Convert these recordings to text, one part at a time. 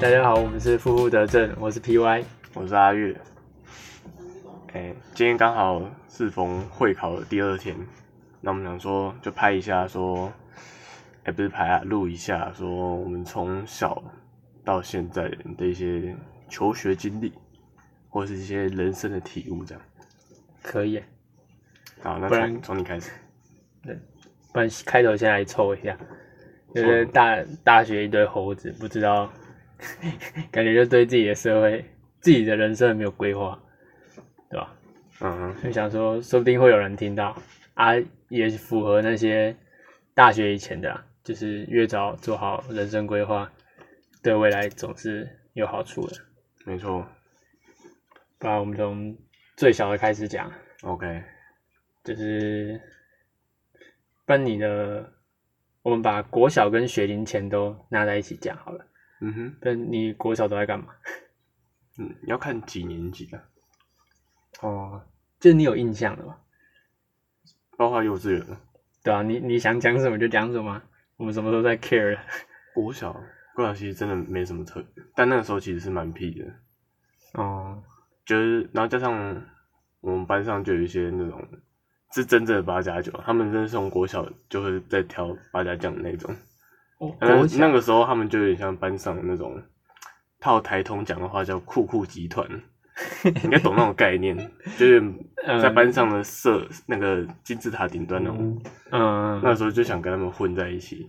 大家好，我们是负负得正，我是 PY。我是阿月。哎、今天刚好适逢会考的第二天，那我们想说就拍一下说，哎、不是拍啊，录一下说我们从小到现在的一些求学经历，或是一些人生的体悟这样。可以耶，啊好，那不然从从你开始。不然开头先来抽一下，就是抽大大学一堆猴子，不知道， 感觉就对自己的社会、自己的人生没有规划，对吧？嗯就想说，说不定会有人听到啊，也符合那些大学以前的啦，就是越早做好人生规划，对未来总是有好处的。哼，没错。不然我们从最小的开始讲， OK，就是，不然你的，我们把国小跟学龄前都纳在一起讲好了。嗯哼，那你国小都在干嘛？嗯，要看几年级啊，哦，这你有印象的吗？包括幼稚园啊，对啊，你你想讲什么就讲什么啊，我们什么都在 care 了。国小，国小其实真的没什么特别，但那个时候其实是蛮屁的。 哦，就是然后加上我们班上就有一些那种是真正的八加九，他们真的是从国小就会在挑八加酱那种。我那国小那个时候他们就有点像班上的那种，套台通讲的话叫酷酷集 团，你应该懂那种概念，就是嗯在班上的社那个金字塔顶端那种。嗯，那时候就想跟他们混在一起，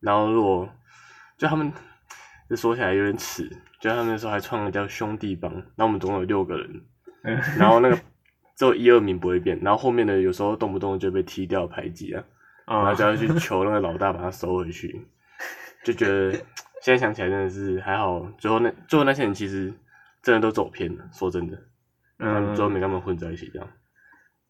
然后如果就他们这说起来有点耻，就他们那时候还创了叫兄弟帮，那我们总共有六个人，嗯 然后那个只有一二名不会变，然后后面的有时候动不动就被踢掉排挤啊，然后啊就要去求那个老大把他收回去，就觉得现在想起来真的是还好，最后那最后那些人其实真的都走偏了，说真的，他们最后嗯，没跟他们混在一起这样，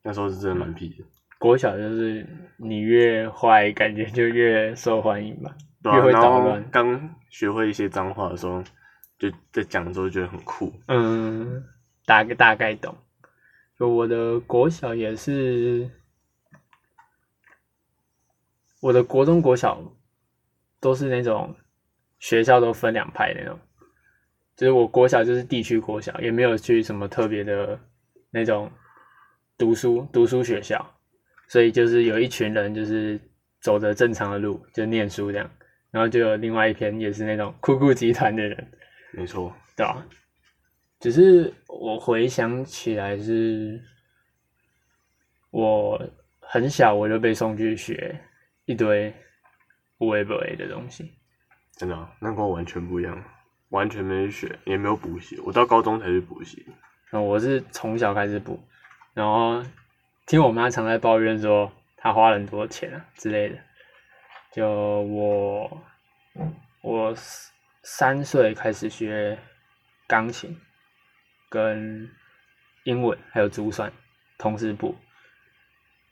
那时候是真的蛮屁的，国小就是你越坏，感觉就越受欢迎吧。对啊越会然捣后乱刚学会一些脏话的时候，就在讲的时候觉得很酷，嗯，大概大概懂。就我的国小也是，我的国中、国小都是那种学校都分两派那种，就是我国小就是地区国小，也没有去什么特别的那种读书读书学校，所以就是有一群人就是走着正常的路，就念书这样，然后就有另外一篇也是那种酷酷集团的人，没错，对啊，只是我回想起来是，我很小我就被送去学一堆无为不为的东西。真的啊、那跟我完全不一样，完全没去学，也没有补习，我到高中才去补习，然后我是从小开始补，然后听我妈常在抱怨说她花了很多钱啊之类的。就我我三岁开始学钢琴、跟英文还有珠算，同时补，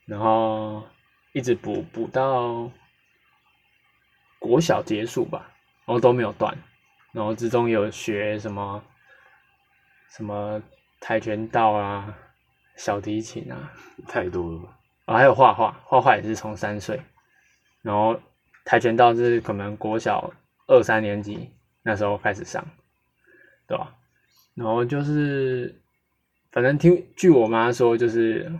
然后一直补补到国小结束吧，然后都没有断，然后之中有学什么什么跆拳道啊、小提琴啊，太多了。啊、还有画画，画画也是从三岁，然后跆拳道是可能国小二三年级那时候开始上，对吧？然后就是，反正听据我妈说，就是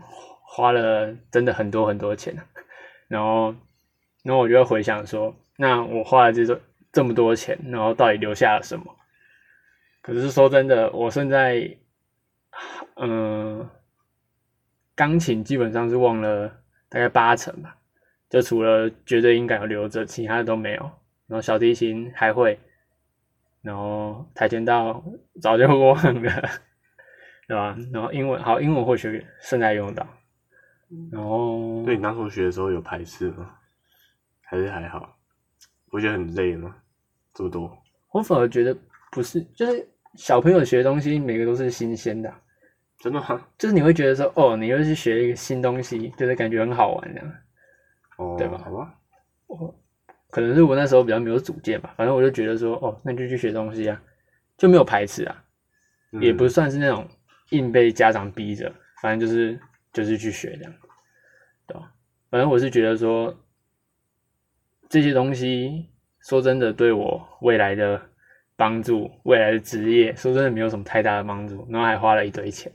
花了真的很多很多钱啊，然后，然后我就会回想说，那我花了这多这么多钱，然后到底留下了什么？可是说真的，我现在，嗯、钢琴基本上是忘了大概八成吧，就除了绝对音感有留着，其他的都没有。然后小提琴还会，然后跆拳道早就忘了， 对吧？然后英文好，英文或许现在用到，然后对你当初学的时候有排斥吗？还是还好？我觉得很累吗？这么多，我反而觉得不是，就是小朋友学的东西每个都是新鲜的啊、真的吗？就是你会觉得说，哦，你又去学一个新东西，就是感觉很好玩这样。哦，对吧好吧，我可能是我那时候比较没有主见吧，反正我就觉得说，哦，那就去学东西啊，就没有排斥啊，嗯也不算是那种硬被家长逼着，反正就是就是去学这样，对吧？反正我是觉得说，这些东西说真的对我未来的帮助未来的职业，说真的没有什么太大的帮助，然后还花了一堆钱，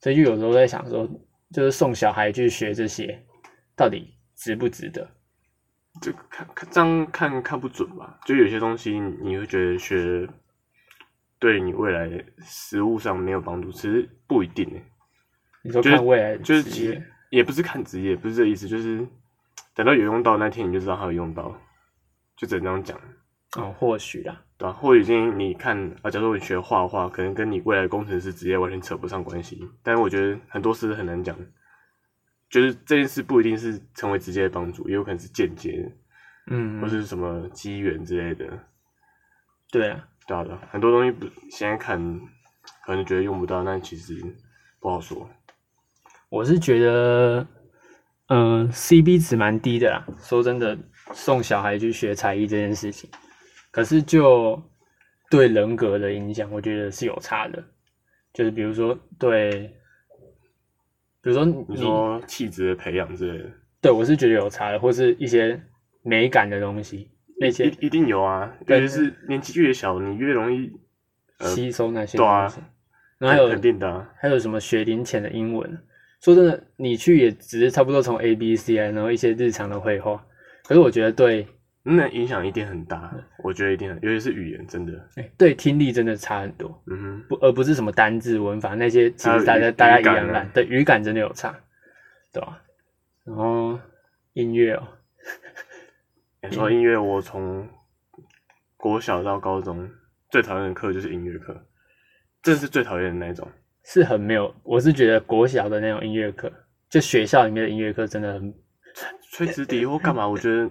所以就有时候在想说，就是送小孩去学这些，到底值不值得？这个看看这样看看不准吧，就有些东西你你会觉得学对你未来实物上没有帮助，其实不一定呢、你说就是看未来的就是职其业实，也不是看职业，不是这意思，就是等到有用到那天你就知道它有用到，就只能这样讲，哦，或许啦，对吧、啊或者已经你看啊，假如说你学画画，可能跟你未来工程师职业完全扯不上关系，但是我觉得很多事很难讲，就是这件事不一定是成为直接的帮助，也有可能是间接的。嗯，或是什么机缘之类的，对啊，对啊对啊，很多东西不现在看可能觉得用不到，但其实不好说。我是觉得，嗯、c p 值蛮低的啦。说真的，送小孩去学才艺这件事情，可是就对人格的影响，我觉得是有差的。就是比如说对，比如说你你说气质的培养之类的，对我是觉得有差的，或是一些美感的东西，那些一一定有啊，尤对其是年纪越小，你越容易呃吸收那些对啊东西。然后还有肯定的、啊，还有什么学龄前的英文？说真的，你去也只是差不多从 A B C 啊，然后一些日常的绘画。可是我觉得对，那影响一定很大，我觉得一定很，尤其是语言，真的，哎对听力真的差很多，嗯哼，不而不是什么单字文法那些，其还有实大家语大家语一感样啊烂，对语感真的有差，对吧、然后音乐哦，你嗯说音乐，我从国小到高中最讨厌的课就是音乐课，这是最讨厌的那一种。是很没有，我是觉得国小的那种音乐课，就学校里面的音乐课真的很，吹直笛或干嘛，我觉得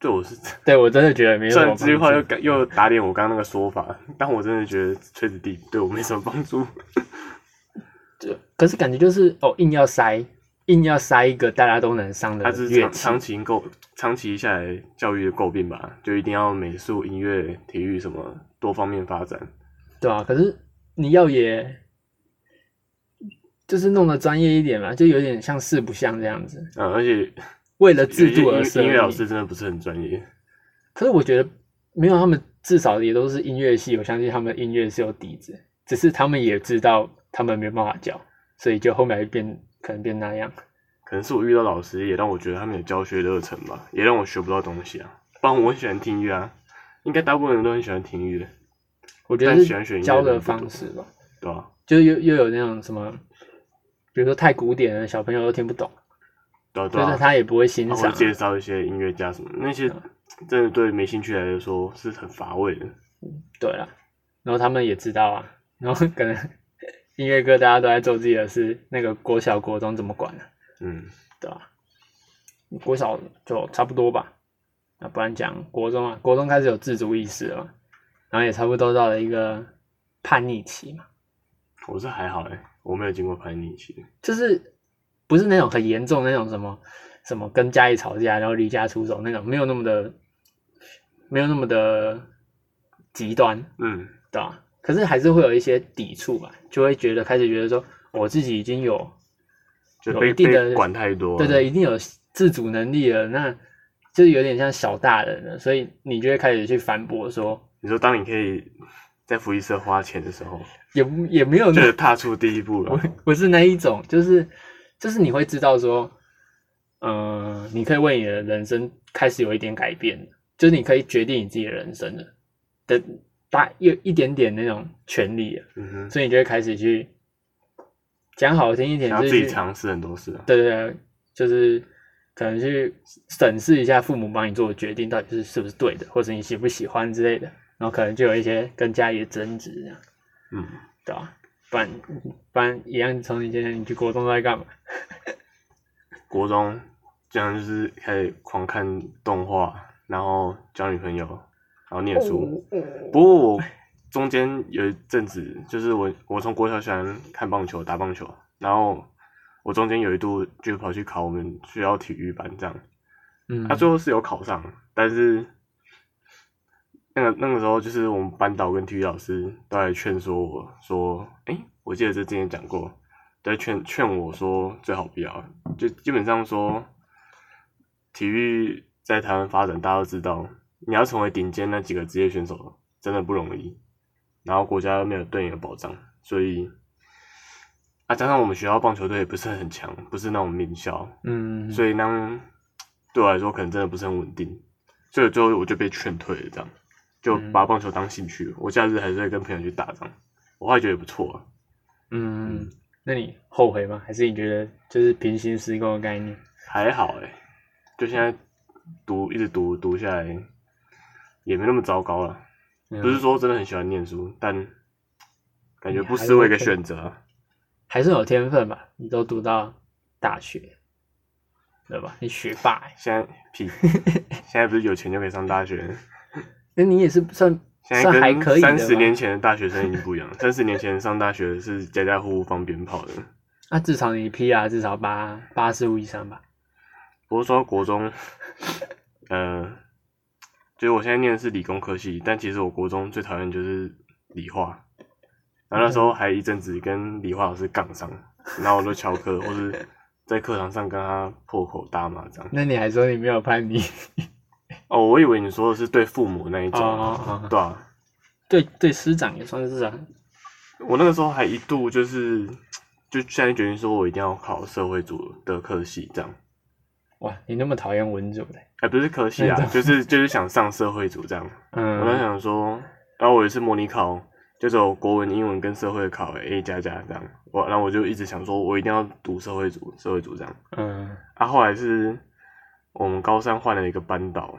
对我是对我真的觉得没有什虽么然帮这句话又助。改又打脸我刚刚那个说法，但我真的觉得吹子弟对我没什么帮助。嗯就可是感觉就是哦，硬要塞，硬要塞一个大家都能上的他是乐长器，长期诟长期下来教育的诟病吧，就一定要美术、音乐、体育什么多方面发展。对啊，可是你要也，就是弄得专业一点嘛，就有点像四不像这样子，嗯，而且为了有制些度而设音音立乐老师真的不是很专业。可是我觉得没有，他们至少也都是音乐系，我相信他们音乐是有底子，只是他们也知道他们没办法教，所以就后面变可能变那样。可能是我遇到老师，也让我觉得他们有教学热忱吧，也让我学不到东西啊。不然我很喜欢听音乐啊，应该大部分人都很喜欢听音乐，我觉但得喜欢学音是教乐的的人不多方式吧，对吧、就是又又有那种什么，比如说太古典的小朋友都听不懂，对啊，对就啊是。他也嗯不会欣然后赏会。介绍一些音乐家什么，那些真的对没兴趣的人来说是很乏味的。对啦，然后他们也知道啊，然后可能音乐课大家都在做自己的事，那个国小国中怎么管呢、嗯，对吧、国小就差不多吧，那不然讲国中啊，国中开始有自主意识了嘛，然后也差不多到了一个叛逆期嘛，我是还好哎、我没有经过叛逆期。就是不是那种很严重的那种什么什么跟家里吵架然后离家出走那种，没有那么的没有那么的极端，嗯，对啊，可是还是会有一些抵触吧，就会觉得开始觉得说我自己已经有，就有被一定的被管太多。对对，，一定有自主能力了，那就是有点像小大人了，所以你就会开始去反驳说，你说当你可以在福利社花钱的时候，也不也 没有就那是踏出第一步了。不是那一种，就是就是你会知道说，呃，你可以为你的人生开始有一点改变，就是你可以决定你自己的人生了的大有一点点那种权利了，嗯哼，所以你就会开始去讲好听一点，想就要是自去己尝试很多事啊。对对对，就是可能去审视一下父母帮你做的决定到底是是不是对的，或者你喜不喜欢之类的，然后可能就有一些跟家里的争执这样，嗯，对吧、不然不然一样，从你现在你去国中都在干嘛？国中这样就是开始狂看动画，然后交女朋友，然后念书。哦不过我中间有一阵子，就是我我从国小喜欢看棒球、打棒球，然后我中间有一度就跑去考我们学校体育班这样，嗯，他、最后是有考上，但是那个那个时候就是我们班导跟体育老师都来劝说我说，诶、我记得这之前讲过，都在劝劝我说最好不要，就基本上说体育在台湾发展，大家都知道。你要成为顶尖那几个职业选手，真的不容易。然后国家又没有对你的保障，所以啊，加上我们学校棒球队也不是很强，不是那种名校，嗯，所以那样对我来说可能真的不是很稳定，所以最后我就被劝退了，这样就嗯把棒球当兴趣了。我假日还是会跟朋友去打这样，我还觉得也不错啊。嗯，那你后悔吗？还是你觉得就是平行时空的概念？还好哎、就现在读一直读读下来，也没那么糟糕了。嗯不是说真的很喜欢念书，但感觉你不还失为一个 OK 选择啊。还是有天分吧？你都读到大学，对吧？你学霸、欸，现在 屁，现在不是有钱就可以上大学了，那你也是算现在算还可跟以的吧三十年前的大学生已经不一样了。三十年前上大学是家家户户放鞭炮的，那、啊至少你 PR 至少八八十五以上吧？不过说到国中，呃，就是我现在念的是理工科系，但其实我国中最讨厌就是理化，然后那时候还一阵子跟理化老师杠上，然后我都翘课，或是在课堂上跟他破口大骂这样。那你还说你没有叛逆？ 哦，我以为你说的是对父母那一种，哦哦哦对啊，对对，师长也算是啊。我那个时候还一度就是，就现在决定说我一定要考社会组的科系这样，哇，你那么讨厌文组的，欸哎、不是科系啊那，种就是就是想上社会组这样。我在嗯，想说，然后我有一次模拟考，就只有国文、英文跟社会考 A 加加这样，我然后我就一直想说，我一定要读社会组，社会组这样。嗯，啊，后来是我们高三换了一个班导，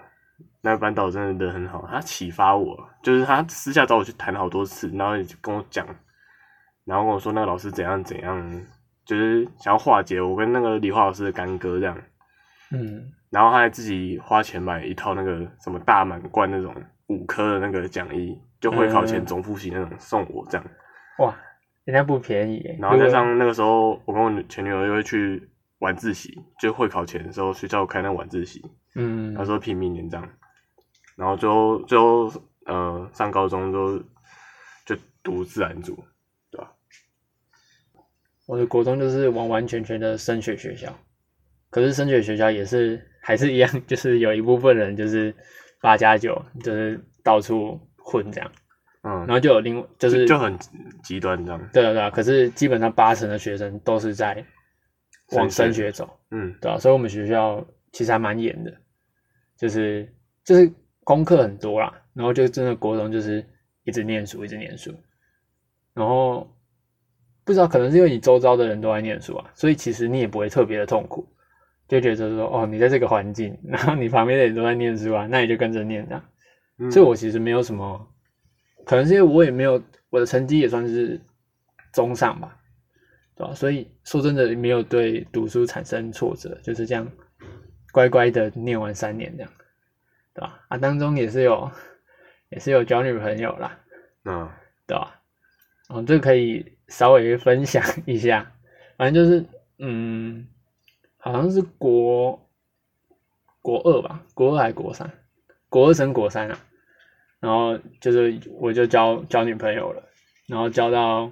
那个班导真的人很好，他启发我，就是他私下找我去谈好多次，然后也跟我讲，然后跟我说那个老师怎样怎样，就是想要化解我跟那个理化老师的干戈这样。嗯，然后他还自己花钱买一套那个什么大满贯那种五科的那个讲义，就会考嗯前总复习那种送我这样。哇，人家不便宜欸耶。然后如加果上那个时候，我跟我前女友又会去晚自习，就会考前的时候学校开那晚自习，嗯，那时候拼命年这样。然后最后最后呃上高中都就读自然组，我的国中就是完完全全的升学学校，可是升学学校也是还是一样，就是有一部分人就是八加九，就是到处混这样，嗯，然后就有另就是就很极端这样，对啊对啊，可是基本上八成的学生都是在往升学走，嗯对啊，所以我们学校其实还蛮严的，就是就是功课很多啦，然后就真的国中就是一直念书，一直念书，然后不知道可能是因为你周遭的人都在念书啊，所以其实你也不会特别的痛苦，就觉得说哦，你在这个环境，然后你旁边的人都在念书啊，那你就跟着念啊。嗯，所以我其实没有什么，可能是因为我也没有我的成绩也算是中上吧，对吧、所以说真的没有对读书产生挫折，就是这样乖乖的念完三年这样，对吧、啊？当中也是有也是有交女朋友啦，嗯对吧、啊？哦，这个可以稍微分享一下，反正就是，嗯，好像是国国二吧，国二还国三，国二升国三啊。然后就是我就交交女朋友了，然后交到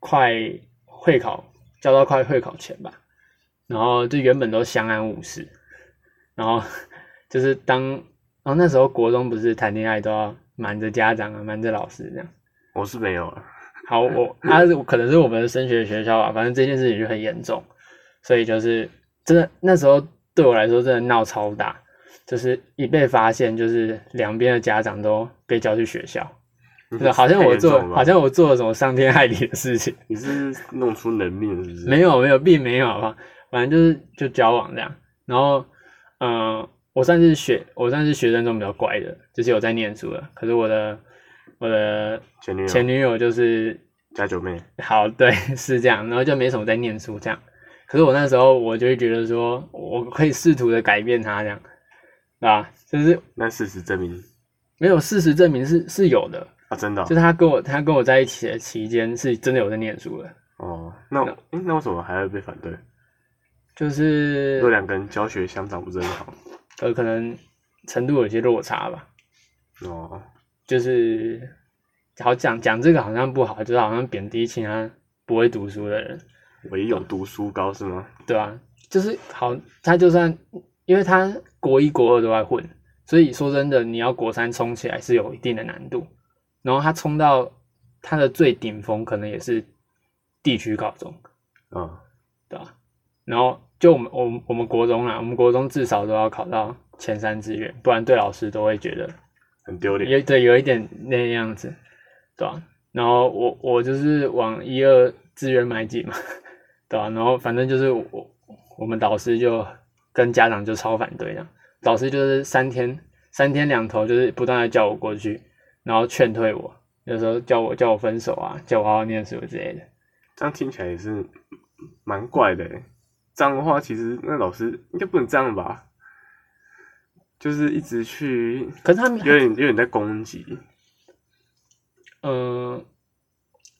快会考，交到快会考前吧。然后就原本都相安无事，然后 就是当，然后哦那时候国中不是谈恋爱都要瞒着家长啊，瞒着老师这样。我是没有啊，好，我他、是可能是我们的升学学校啊吧，反正这件事情就很严重，所以就是真的那时候对我来说真的闹超大，就是一被发现，就是两边的家长都被叫去学校，就是啊好像嗯太我严重做了吧好像我做了什么伤天害理的事情。你是弄出人命是不是？没有没有，并没有吧，反正就是就交往这样。然后，嗯、我算是学我算是学生中比较乖的，就是有在念书的。可是我的我的前女友前女友就是加九妹，好，对， 是这样，然后就没什么在念书这样。可是我那时候我就会觉得说，我可以试图的改变她这样，啊，就是那事实证明没有事实证明是是有的，啊，真的哦、就是她跟我她跟我在一起的期间是真的有在念书的，哦，那我诶那为什么还会被反对？就是若两个人教学相长不是很好呃，可能程度有些落差吧。哦，就是好讲讲这个好像不好，就是好像贬低其他不会读书的人，啊唯有读书高是吗？对吧、就是好，他就算因为他国一国二都在混，所以说真的，你要国三冲起来是有一定的难度。然后他冲到他的最顶峰，可能也是地区高中，嗯，对吧？然后就我们我们我们国中啦，我们国中至少都要考到前三志愿，不然对老师都会觉得很丢脸。有对有一点那样子，对吧、啊然后我我就是往一二资源买进嘛，对吧、啊然后反正就是我我们导师就跟家长就超反对这样，老师就是三天三天两头就是不断的叫我过去，然后劝退我，有时候叫我叫我分手啊，叫我好好念书之类的。这样听起来也是蛮怪的欸。这样的话，其实那老师应该不能这样吧？就是一直去，可是他们有点有点在攻击。嗯，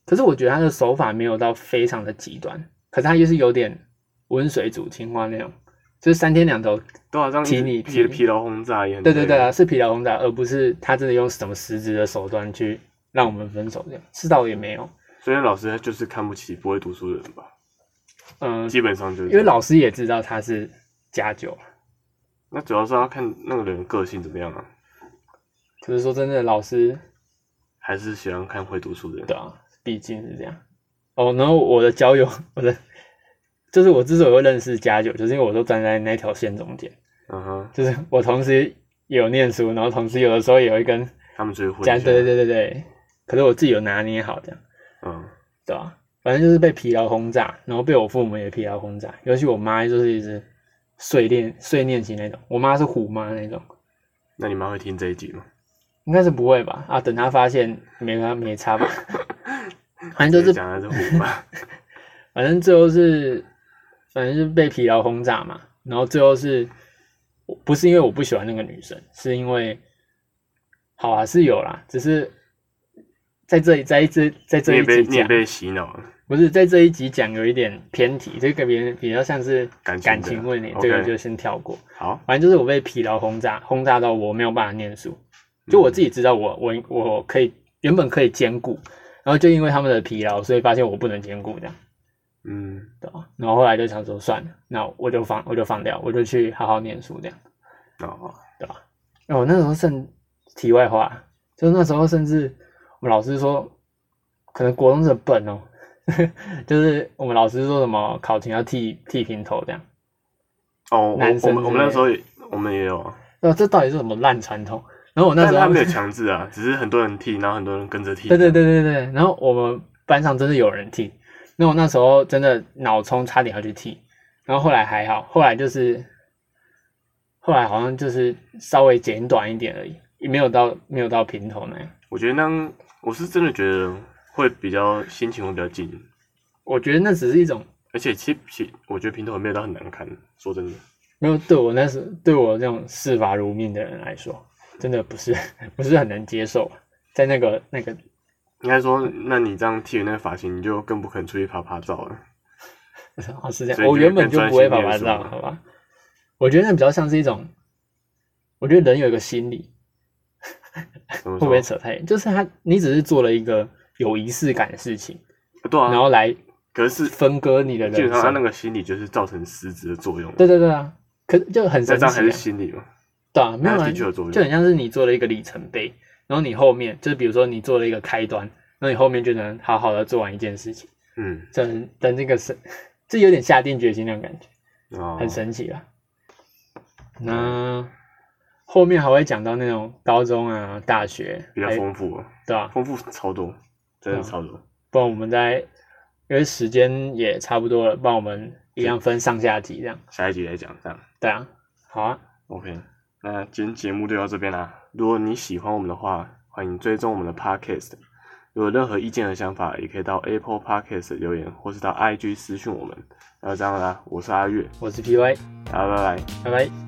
可是我觉得他的手法没有到非常的极端，可是他就是有点温水煮青蛙那种，就是三天两头，对啊，这样一提直你提疲你疲劳轰炸也很对对对累啊，是疲劳轰炸，而不是他真的用什么实质的手段去让我们分手这样，是倒也没有，所以老师他就是看不起不会读书的人吧？嗯，基本上就是因为老师也知道他是加九，那主要是要看那个人的个性怎么样啊，可是说真的，老师还是喜欢看会读书的人。对啊，毕竟是这样。哦，然后我的交友， 我的就是我之所以会认识加九，就是因为我都站在那条线中间。嗯哼，就是我同时有念书，然后同时有的时候也会跟他们追婚。家，对对，对对对，可是我自己有拿捏好这样，嗯，对吧、反正就是被疲劳轰炸，然后被我父母也疲劳轰炸，尤其我妈就是一直碎念碎念型那种，我妈是虎妈那种，那你妈会听这一集吗？应该是不会吧？啊，等她发现没她没差吧，反 正就别是讲的是虎妈，反正最后是反正就是被疲劳轰炸嘛，然后最后是我不是因为我不喜欢那个女生，是因为好啊是有啦，只是在这里在这在 你这也一被集你也讲被洗脑了。不是在这一集讲有一点偏题，这个别人比较像是感情的感情问题，这个 OK 就先跳过。好，反正就是我被疲劳轰炸，轰炸到我没有办法念书。嗯就我自己知道我，我我可以原本可以兼顾，然后就因为他们的疲劳，所以发现我不能兼顾这样。嗯，对吧？然后后来就想说算了，那我就放我就放掉，我就去好好念书这样，哦，对吧？哦那我那时候甚题外话，就那时候甚至我们老师说，可能国中是笨哦， 就是我们老师说什么考勤要剃剃平头这样，哦，我我男生们我之们类那时候也我们也有啊，那哦这到底是什么烂传统？然后我那但时他候 没有强制啊，只是很多人剃，然后很多人跟着剃。对对对对对，然后我们班上真的有人剃，那我那时候真的脑冲差点要去剃，然后后来还好，后来就是后来好像就是稍微剪短一点而已，也没有到没有到平头那样。我觉得那样，我是真的觉得会比较心情会比较静，我觉得那只是一种而且其其我觉得平头也没有到很难看，说真的，没有对我那时对我这种视法如命的人来说，真的不是不是很能接受，在那个那个应该说，那你这样剃了那个发型，你就更不可能出去拍拍照了。哦，是这所样，以我就原本更就专不会心爸念爸书照，嘛好吧？我觉得那比较像是一种，我觉得人有一个心理，怎么 会不会说？扯太远？就是他，你只是做了一个有仪式感的事情，对然啊，后来可是分割你的基本人上他那生。个心理就是造成实质的作用。对对对啊，可就很那神这样还奇、是啊，心理嘛？对啊，没有那啊，的确有作用就很像是你做了一个里程碑，然后你后面就是比如说你做了一个开端，那你后面就能好好的做完一件事情，嗯，等等这个是，这有点下定决心那种感觉，哦，很神奇啊。那后面还会讲到那种高中啊、大学，比较还丰富啊，对吧、丰富超多，真的嗯超多。不然我们再，因为时间也差不多了，不然我们一样分上下集这样。下一集再讲，这样。对啊，好啊， OK，那今天节目就到这边啦。如果你喜欢我们的话，欢迎追踪我们的 Podcast。如果有任何意见和想法，也可以到 Apple Podcast 留言，或是到 IG 私讯我们。那就这样啦，我是阿月，我是 P Y，大家拜拜。拜拜。